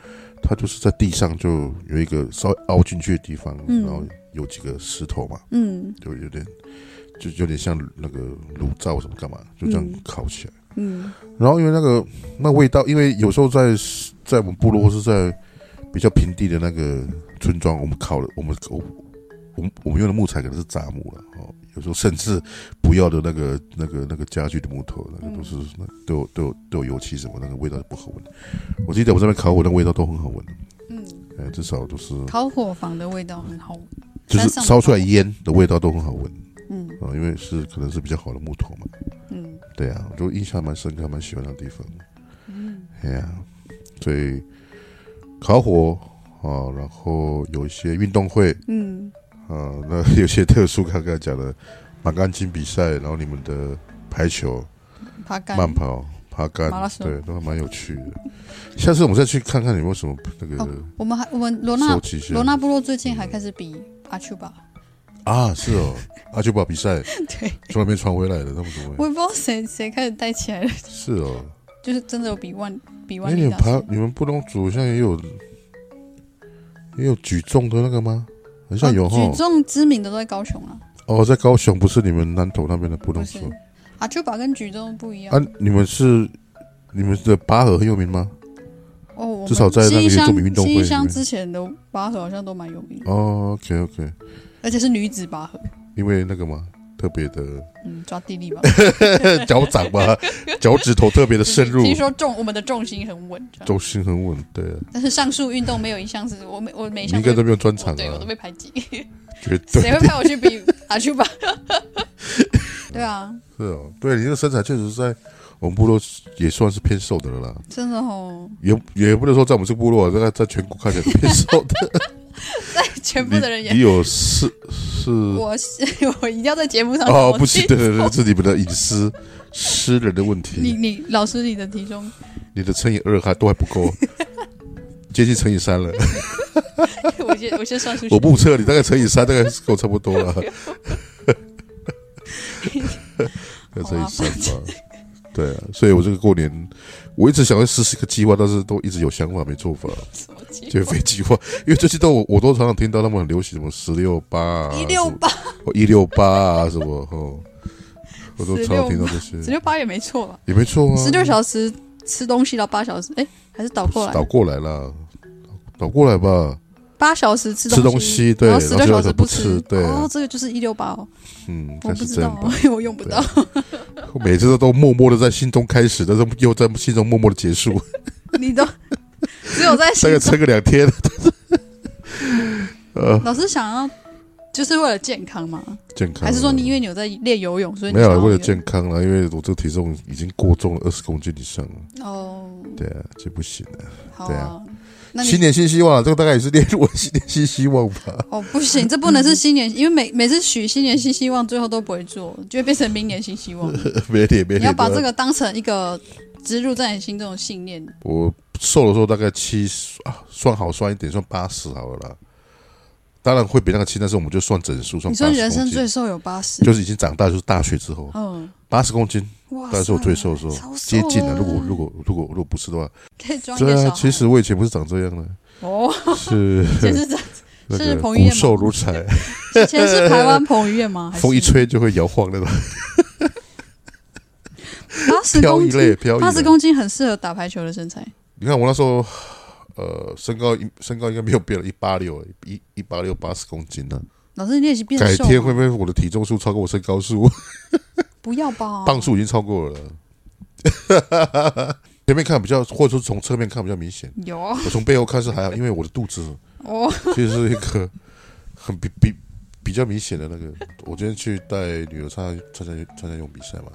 它就是在地上就有一个稍微凹进去的地方，嗯然后有几个石头嘛，嗯就有点就有点像那个炉灶什么干嘛，就这样嗯烤起来。嗯然后因为那个那味道，因为有时候在在我们部落或是在比较平地的那个村庄，我们烤的我们我我们我们用的木材可能是杂木了哦，有时候甚至不要的那个那个那个家具的木头，那个都是那都有都有都有油漆什么，那个味道是不好闻的。我记得我这边烤火，那个味道都很好闻，嗯，哎，至少都是烤火房的味道很好闻。就是山上的烧出来烟的味道都很好闻嗯啊、因为是可能是比较好的木头嘛。嗯，对啊，我就印象蛮深刻，蛮喜欢那个地方。嗯，哎呀、所以烤火啊，然后有一些运动会嗯啊，那有些特殊，刚刚讲的马杆筋比赛，然后你们的排球、爬杆慢跑、爬杆马拉，松对，都还蛮有趣的。下次我们再去看看有没有什么那个哦我们还我们罗纳收集一下罗纳部落最近还开始比阿丘吧，啊，是哦，阿九宝比赛 对，从那边传回来的，他们怎么我会？也不知道谁谁开始带起来了， 是哦，就是真的有比万比哎，万里你们大爬师。你们布隆族现在也有也有举重的那个吗？好像有哦哈、举重知名的都在高雄啊，哦，在高雄不是你们南投那边的布隆不是族阿丘吧跟举重不一样啊？你们是你们的拔河很有名吗？哦。我们至少在那新个原乡住民运动会新里乡面之前的拔河好像都蛮有名的，哦，OK OK，而且是女子拔河，因为那个嘛，特别 的嗯，抓地力吧。脚掌嘛，脚趾头特别的 深入，听说重我们的重心很稳，这样重心很稳，对、啊，但是上述运动没有一项是我每我每一你项应该都都没有专长对我都啊，被排挤，绝对谁会派我去比阿丘吧？ 对啊，是哦，对，你这个身材确实在我们部落也算是偏瘦的了啦。真的 哦，也也不能说在我们这个部落，啊在在全国看起来偏瘦的，在全部的人你眼，有四是我是 我一定要在节目上哦，我不行，自对己对对，这是你们的隐私、私人的问你题。你老师你的体重 你的乘以二还都还不够， 接近乘以三了。我先我先算数学 我，目测你大概乘以三，大概是够差不多了。要乘以三吧。对啊，所以我这个过年，我一直想要实施一个计划，但是都一直有想法没做法，什么计减肥计划。因为最近都我我都常常听到他们很流行什么十六八啊，一六八，一六八啊什么哦，我都常常听到这些，十六八也没错吧？也没错啊，十六小时吃东西到八小时，哎，还是倒过来倒，过来啦，倒过来吧，八小时吃吃东西，西对，然后然十后六就小有时点不不吃，吃，对，哦，这个就是一六八哦，嗯，应我该不是知这道哦样 吧。，因为我用不对啊到。我每次都都默默的在心中开始，但是又在心中默默的结束，你都 只有在 大心概中。撑个两天。呃，老师想要就是为了健康吗？健康啊还是说你因为你有在练游泳，所以你没想有啊要为了那个健康啦？因为我这个体重已经过重了二十公斤以上了，哦，对啊，这不行啊。好对啊啊。那新你年新希望啊，这个大概也是列入我的新年新希望吧。哦不行，这不能嗯是新年，因为每每次许新年新希望，最后都不会做，就会变成明年新希 望。没脸没脸。你要把这个当成一个植入在你心中的信念。我瘦的时候大概七十啊，算好算一点，算八十好了啦。当然会比那个轻，但是我们就算整数，算你说你80人生公斤最瘦有八十，就是已经长大，就是大学之后嗯，八十公斤，哇大塞，概是我最瘦的时候，啊超瘦接近了。了如果如果如果如果不是的话，可以装一个对小啊，孩其实我以前不是长这样 的，哦，是就是这样那是个彭于晏骨吗瘦如柴，以前是台湾彭于晏吗？还是 风一吹就会摇晃那 种，八十飘公逸类斤，飘逸八十类。公斤很适合打排球的身材。你看我那时候，呃，身高一身高应该没有变了，一八六，一一八六八十公斤呢。老师，你练习变改瘦吗，天会不会我的体重数超过我身高数，不要吧？磅数已经超过了？ 前面看比较，或者说从侧面看比较明显。有啊我从背后看是还好，因为我的肚子哦，其实是一个很比比比较明显的那个。我今天去带女儿参加参加参加游泳比赛嘛，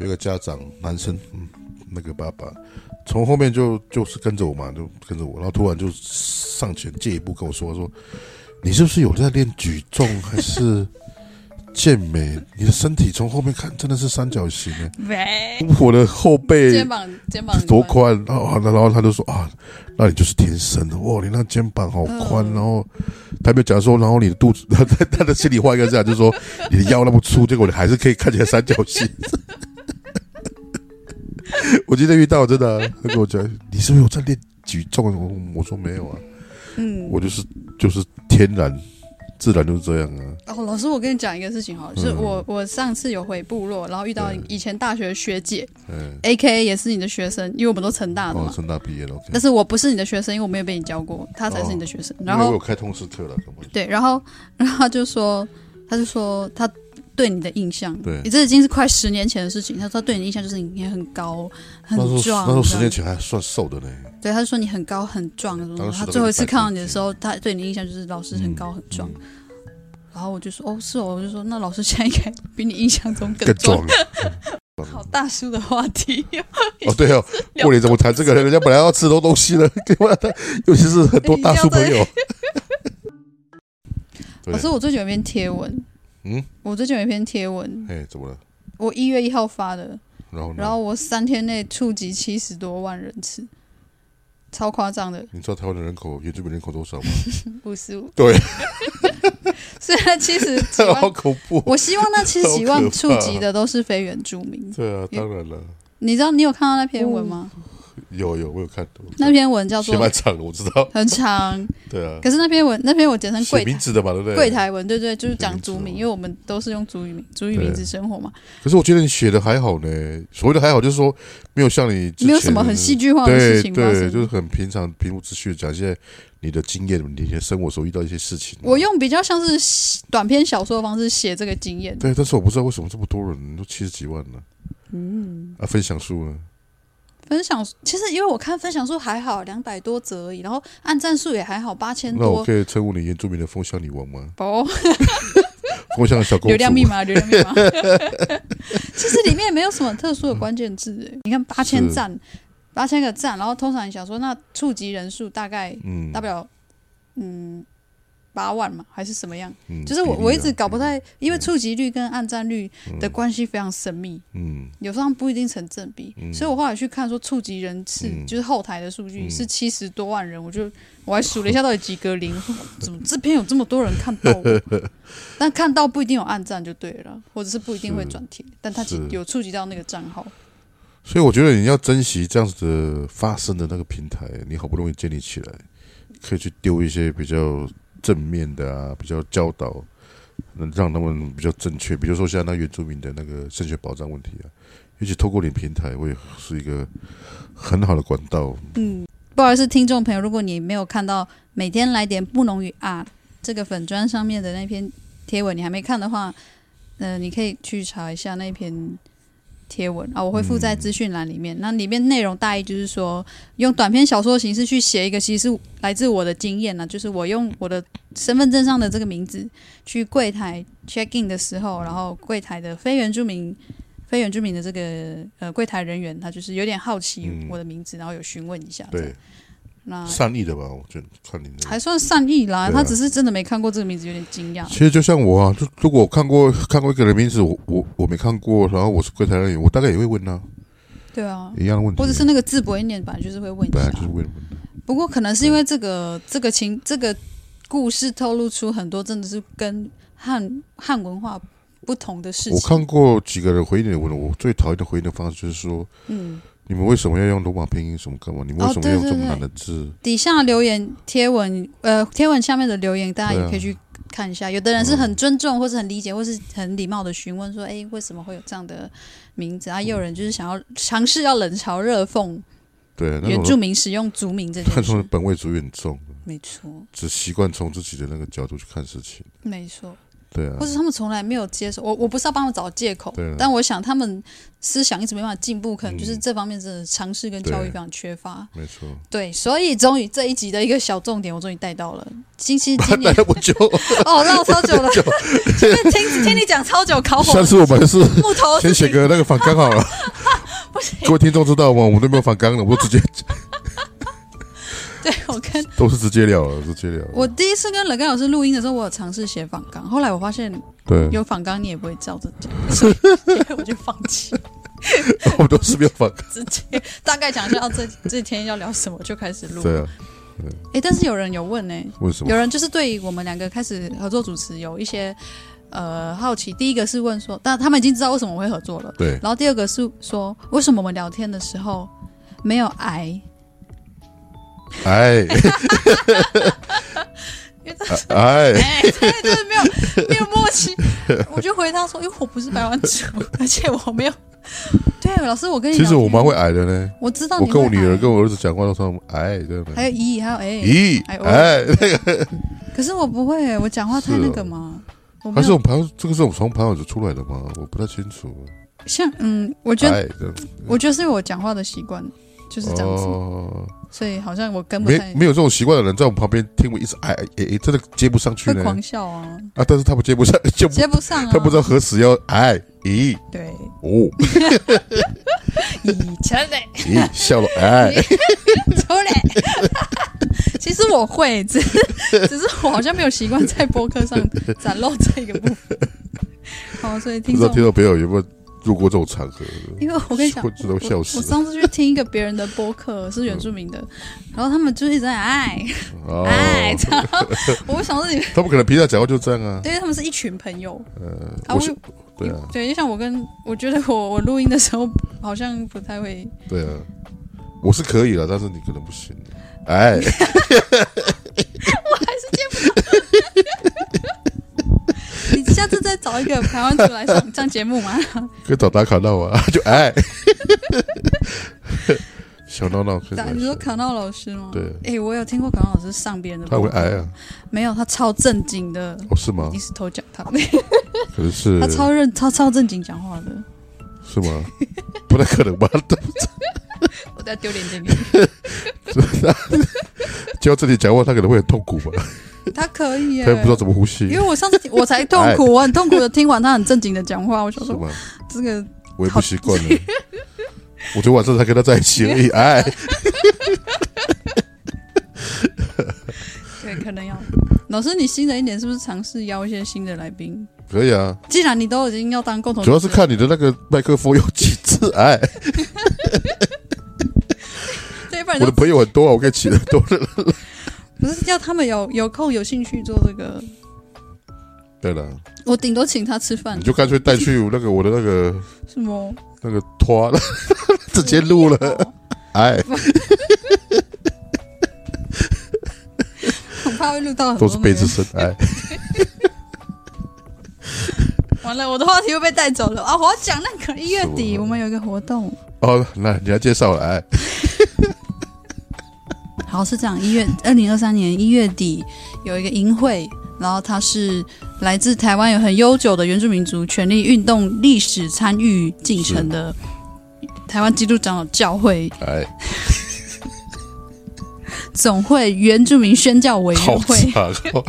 有一个家长男生，嗯，那个爸爸从后面就就是跟着我嘛，就跟着我，然后突然就上前借一步跟我说说，你是不是有在练举重还是健美？你的身体从后面看真的是三角形啊诶，喂，我的后背肩膀肩膀多宽，然后然后他就说啊，那你就是天生的，哇，你那肩膀好宽，嗯然后他没有讲说，然后你的肚子， 他他他的心里话应该是这样，就是说你的腰那么粗，结果你还是可以看起来三角形。 我今天遇到真的啊、他跟我讲，你是不是有在练举重？我我说没有啊，嗯，我就是就是天然自然就是这样啊。哦，老师，我跟你讲一个事情哈，就是嗯我我上次有回部落，然后遇到以前大学的学姐嗯， ，A K A 也是你的学生，因为我们都成大的哦，嘛。成大毕业了，OK 但。是我不是你的学生，因为我没有被你教过，她才是你的学生。然因为我后哦有开通识课了，根本对，然后然后他就说，他就说他对你的印象，对你这已经是快十年前的事情。他说他对你的印象就是你很高很那时候壮，那时候十这样年前还算瘦的呢。对，他就说你很高很壮什么什么当时他都最后一次100看到你的时候，他对你的印象就是老师嗯很高很壮。然后我就说哦是哦，我就说那老师现在应该比你印象中更更壮壮。。 嗯好大叔的话题哟、哦，对哦，过年怎么谈这个？人家本来要吃很多东西了，给我的， 尤其是 很多大叔朋友。对老师，我最近有一篇贴文，嗯，我最近有一篇贴文，哎，怎么了？我一月一号发的，然后呢？然后我三天内触及七十多万人次，超夸张的，你知道台湾的人口原住民人口多少吗？五十五。对， 虽然七十几 好万，恐怖！哦我希望那七十几好万可怕触及的都是非原住民。对啊，当然了，你知道你有看到那篇文吗？有有，我有看到。那篇文叫哦写做蛮长的，我知道。很长，对啊，可是那篇文那篇我简称写柜名台字的嘛，对不对？柜。台文，对对，就是讲写族名字名，哦因为我们都是用族语名族语名字生活嘛，可是我觉得你写的还好呢，所谓的还好，就是说没有像你之前没有什么很戏剧化的哦事对情发对，就是生。很平常平无之绪地讲一些你的经验，你的生活所遇到一些事情。啊我用比较像是短篇小说的方式写这个经验，对，但是我不知道为什么这么多人都七十几万呢？嗯，啊，分享数呢？分享其实因为我看分享数还好，两百多则而已，然后按赞数也还好，八千那我多。可以称呼你原住民的风向女王吗？哦，风向小公 流主？量密 码，流量密码。其实里面也没有什么特殊的关键字，哎你看八千是赞，八千个赞，然后通常你想说，那触及人数大概嗯，大不了嗯八万嘛，还是什么样？嗯，就是我比例啊我一直搞不，太，因为嗯触及率跟按赞率的关系非常神秘，嗯有时候它们不一定成正比。嗯所以我后来去看说触及人次，嗯就是后台的数据嗯是七十多万人，我就我还数了一下到底几个零， 我说怎么这篇有这么多人看到我？ 但看到不一定有按赞就对了，或者是不一定会转贴，但他是有触及到那个账号。所以我觉得你要珍惜这样子的发声的那个平台，你好不容易建立起来，可以去丢一些比较正面的啊，比较教导，能让他们比较正确。比如说像那原住民的那个升学保障问题啊，也许透过你平台会是一个很好的管道。嗯，不好意思，听众朋友，如果你没有看到每天来点不浓语啊这个粉砖上面的那篇贴文，你还没看的话，呃，你可以去查一下那篇贴文啊，我会附在资讯栏里面。那里面内容大意就是说，用短篇小说的形式去写一个，其实是来自我的经验呢、就是我用我的身份证上的这个名字去柜台 check in 的时候，然后柜台的非原住民。非原住民的这个呃柜台人员，他就是有点好奇嗯我的名字，然后有询问一下。这样对，，那善意的吧，我觉得看你的。还算善意啦，对啊他只是真的没看过这个名字，有点惊讶。其实就像我啊，就如果我看过看过一个人名字，我我我没看过，然后我是柜台人员，我大概也会问他、对啊，一样的问题，或者是那个字不会念，本来就是会问一本下来就。是问问。不过可能是因为这个这个情这个故事透露出很多真的是跟汉汉文化不同的事情。我看过几个人回应的问，我最讨厌的回应的方式就是说，嗯，你们为什么要用罗马拼音什么干嘛？你们为什么要哦用这么难的字？底下留言贴文呃贴文下面的留言，大家对啊也可以去看一下。有的人是很尊重，或是很理解，或是很礼貌的询问说：“哎，为什么会有这样的名字？”啊，也有人就是想要尝试要冷嘲热讽对啊，那原种住民使用族名这那 件种事。本位主义很重，没错，只习惯从自己的那个角度去看事情。没错。对啊或，是他们从来没有接受我，我不是要帮他们找借口对啊，但我想他们思想一直没办法进步，可能就是嗯这方面真的尝试跟对教育非常缺乏。没错，对，所以终于这一集的一个小重点，我终于带到了。其实今待 年了不久， 哦，绕超 久了，听听你讲超久，烤火下次我们 还是木头先写个那个反纲好哦了。不行，各位听众知道吗？我们都没有反纲了，我直接对我跟都是直接聊了，直接聊 了。我第一次跟冷干老师录音的时候，我有尝试写仿纲，后来我发现对，有仿纲你也不会照着讲，所以我就放弃， 我们都是没有反纲。直接大概讲一下哦，这这天要聊什么就开始录。对啊，哎，但是有人有问呢、为什么有？人就是对我们两个开始合作主持有一些呃好奇。第一个是问说，但他们已经知道为什么我会合作了。对，然后第二个是说，为什么我们聊天的时候没有癌？哎，因为这是哎， 哎，对，就是没有没有默契。我就回他说，因为我不是百万主，而且我没有。 对，老师，我跟你其讲，实我蛮会矮的呢。我知道我你跟我会女儿癌跟我儿子讲话都说矮，对不还对？有姨，还有哎，咦，哎我哎，那个可是我不会，我讲话太是那哦个嘛。我没还是我有们朋友，这个是我们从朋友子出来的吗？我不太清楚。像嗯，我觉得哎，这样子我觉得是因为我讲话的习惯就是这样子，哦，所以好像我跟不没太没有这种习惯的人在我们旁边听我一直哎哎哎，哎真的接不上去会呢。狂笑啊，啊，但是他们接不上， 就接不上啊。他不知道何时要哎咦对，哦以前嘞， 咦笑了哎，出来。 其实我会，只 是只是我好像没有习惯在播客上展露这个部分。好，所以不听知道众，听众朋友有没有路过这种场合？因为我跟你讲，我知道我笑死嗯我上次去听一个别人的播客，是原住民的，然后他们就一直在哎哦， 哎，这样，我不想说你们，他们可能平常讲话就这样啊。因为他们是一群朋友呃，啊，我我是对啊，对，就像我跟我觉得我我录音的时候好像不太会，对啊，我是可以了，但是你可能不行。哎，你下次再找一个台湾族来上 上节目嘛？可以找打卡闹啊， 就哎，小闹闹可以来你说卡闹老师吗？对哎、我有听过卡闹老师上别人的他播会客，哎啊？没有，他超正经的，哦，是吗你？是偷讲他，可能是他超认超超正经讲话的，是吗？不太可能吧？ 我再丢脸给你。就到这里讲话，他可能会很痛苦吧？他可 以耶、他也不知道怎么呼吸，因为我上次听我才痛 苦，我很痛苦的听完他很正经的讲话，我想哎是说吗？这个我也不习惯了。我昨天晚上才跟他在一起而已，哎，对可能 要。老师，你新的一年是不是尝试邀一些新的来宾？可以啊。既然你都已经要当共同主主要是看你的那个麦克风有几只，哎，对，不然我就的朋友很多啊，我可以请很多 人。不是要他们有有空有兴趣做这个，对了，我顶多请他吃饭你，就干脆带去那个我的那个什 么那个拖，直接录了，哦哎，很怕会录到很都多是被子声，哎，完了，我的话题又被带走了啊！我要讲那个一月底是我我们有一个活动，哦，那你来介绍了，哎，好是这样，一月二零二三年一月底有一个营会，然后它是来自台湾有很悠久的原住民族权利运动历史参与进程的台湾基督长老教会哎，总会原住民宣教委好员会，长哦，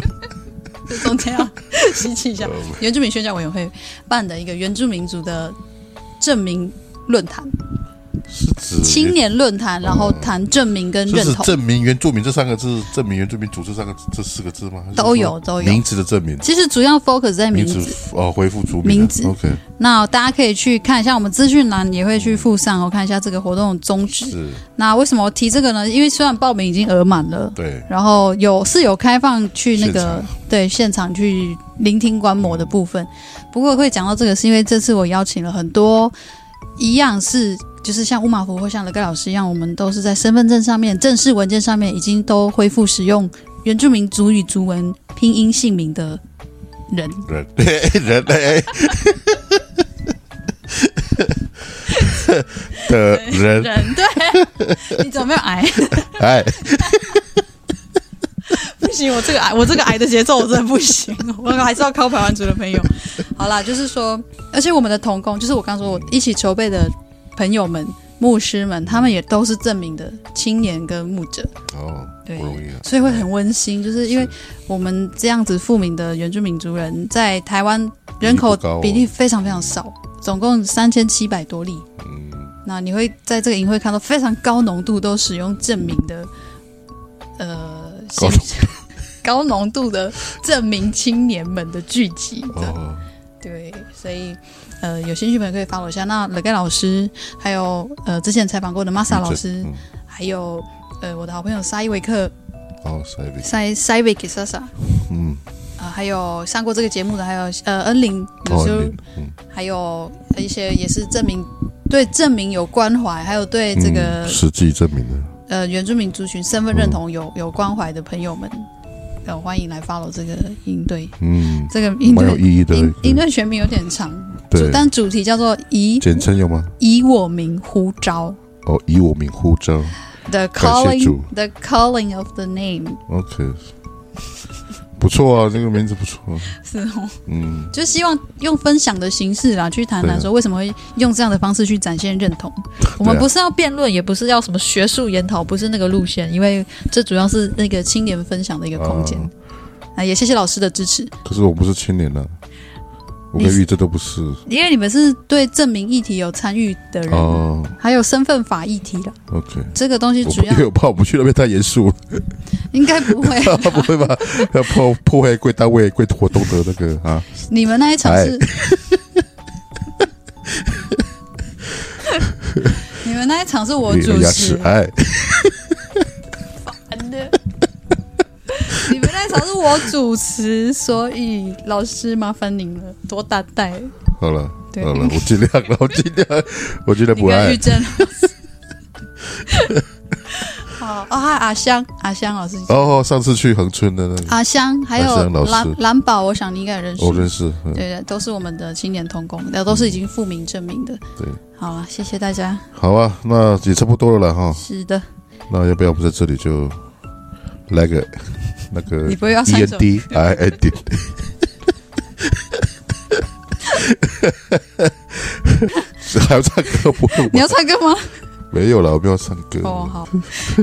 这中间要 吸气一下。原住民宣教委员会办的一个原住民族的证明论坛，嗯是指青年论坛，然后谈证明跟认是同，证明原住民这三个字，证明原住民组这三个字这四个字吗？还是都有都说有名。字的证明，其实主要 focus 在名名字，字哦，回复族名名字，OK，那大家可以去看一下我们资讯栏，也会去附上，我看一下这个活动的宗旨。是那为什么我提这个呢？因为虽然报名已经额满了。对，然后有是有开放去那现个场对现场去聆听观摩的部分，不过会讲到这个是因为这次我邀请了很多一样是就是像乌马福或像乐盖老师一样，我们都是在身份证上面、正式文件上面已经都恢复使用原住民族语族文拼音姓名的 人，人人哎。 的人 人对，你怎么没有癌？哎，不行，行，我这个矮，我这个矮的节奏我真的不行，我还是要靠排湾族的朋友。好啦，就是说，而且我们的童工，就是我刚说我一起筹备的朋友们、牧师们，他们也都是证明的青年跟牧者，哦，对不容易啊。所以会很温馨。就是因为我们这样子复明的原住民族人，在台湾人口比例不高哦比例非常非常少，总共三千七百多例。嗯，那你会在这个营会看到非常高浓度都使用证明的，呃，高浓现 高浓度的证明青年们的聚集。这样哦，对，所以呃，有兴趣的朋友可以 follow 一下。那乐盖老师，还有呃之前采访过的 Masa 老师，嗯，还有呃我的好朋友沙伊维克好，塞维，塞塞维克莎莎，哦嗯，啊，还有上过这个节目的，还有呃恩林，有好时候，嗯，还有一些也是证明对证明有关怀，还有对这个嗯、实际证明的，呃原住民族群身份认同有、有关怀的朋友们，呃，欢迎来 follow 这个应对，嗯，这个应蛮有对意义的，应应嗯对全名有点长，主对，但主题叫做以简称有吗？以我名呼召哦，以我名呼召，the 感谢 calling 主 the calling of the name ，OK，不错啊，这个名字不错，是哦， 嗯，就希望用分享的形式啦，去谈对谈啊说为什么会用这样的方式去展现认同。我们 对啊不是要辩论，也不是要什么学术研讨，不是那个路线，因为这主要是那个青年分享的一个空哦间。啊，也谢谢老师的支持，可是我不是青年了，我跟你是玉这都不是因为你们是对证明议题有参与的人，哦还有身份法议题了。 ，OK。这个东西我主不要因为我怕我们去那边太严肃 了，应该不 会，不会吧？要破破坏贵单位、贵活动的那个啊，你们那一场是，哎 你们那一场是我有主牙持齿，哎， 你们那一场是我主持，所以老师麻烦您了，多担待。好了，对好了，我尽量 了，我尽量，哦我尽量你不跟爱玉。珍老师。 好，哦，还有阿香，阿香老师，哦，上次去恒春的那个，阿香，还有阿香老师蓝蓝宝，我想你应该也认识。我认识，嗯对对，都是我们的青年童工，那都是已经复名证明的。对，好了，谢谢大家。好啊，那也差不多了啦哈。是的，那要不要我们在这里就来个那个你不会要 E 唱 N 首 D I N D？还要唱歌不会你吗？要唱歌 吗？没有了，我没有唱歌哦，好。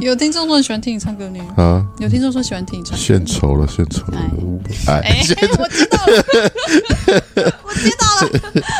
有听众说很喜欢听你唱歌呢，啊，有听众说喜欢听你唱歌。献丑了，献丑了，哎，哎，我知道了，我知道了，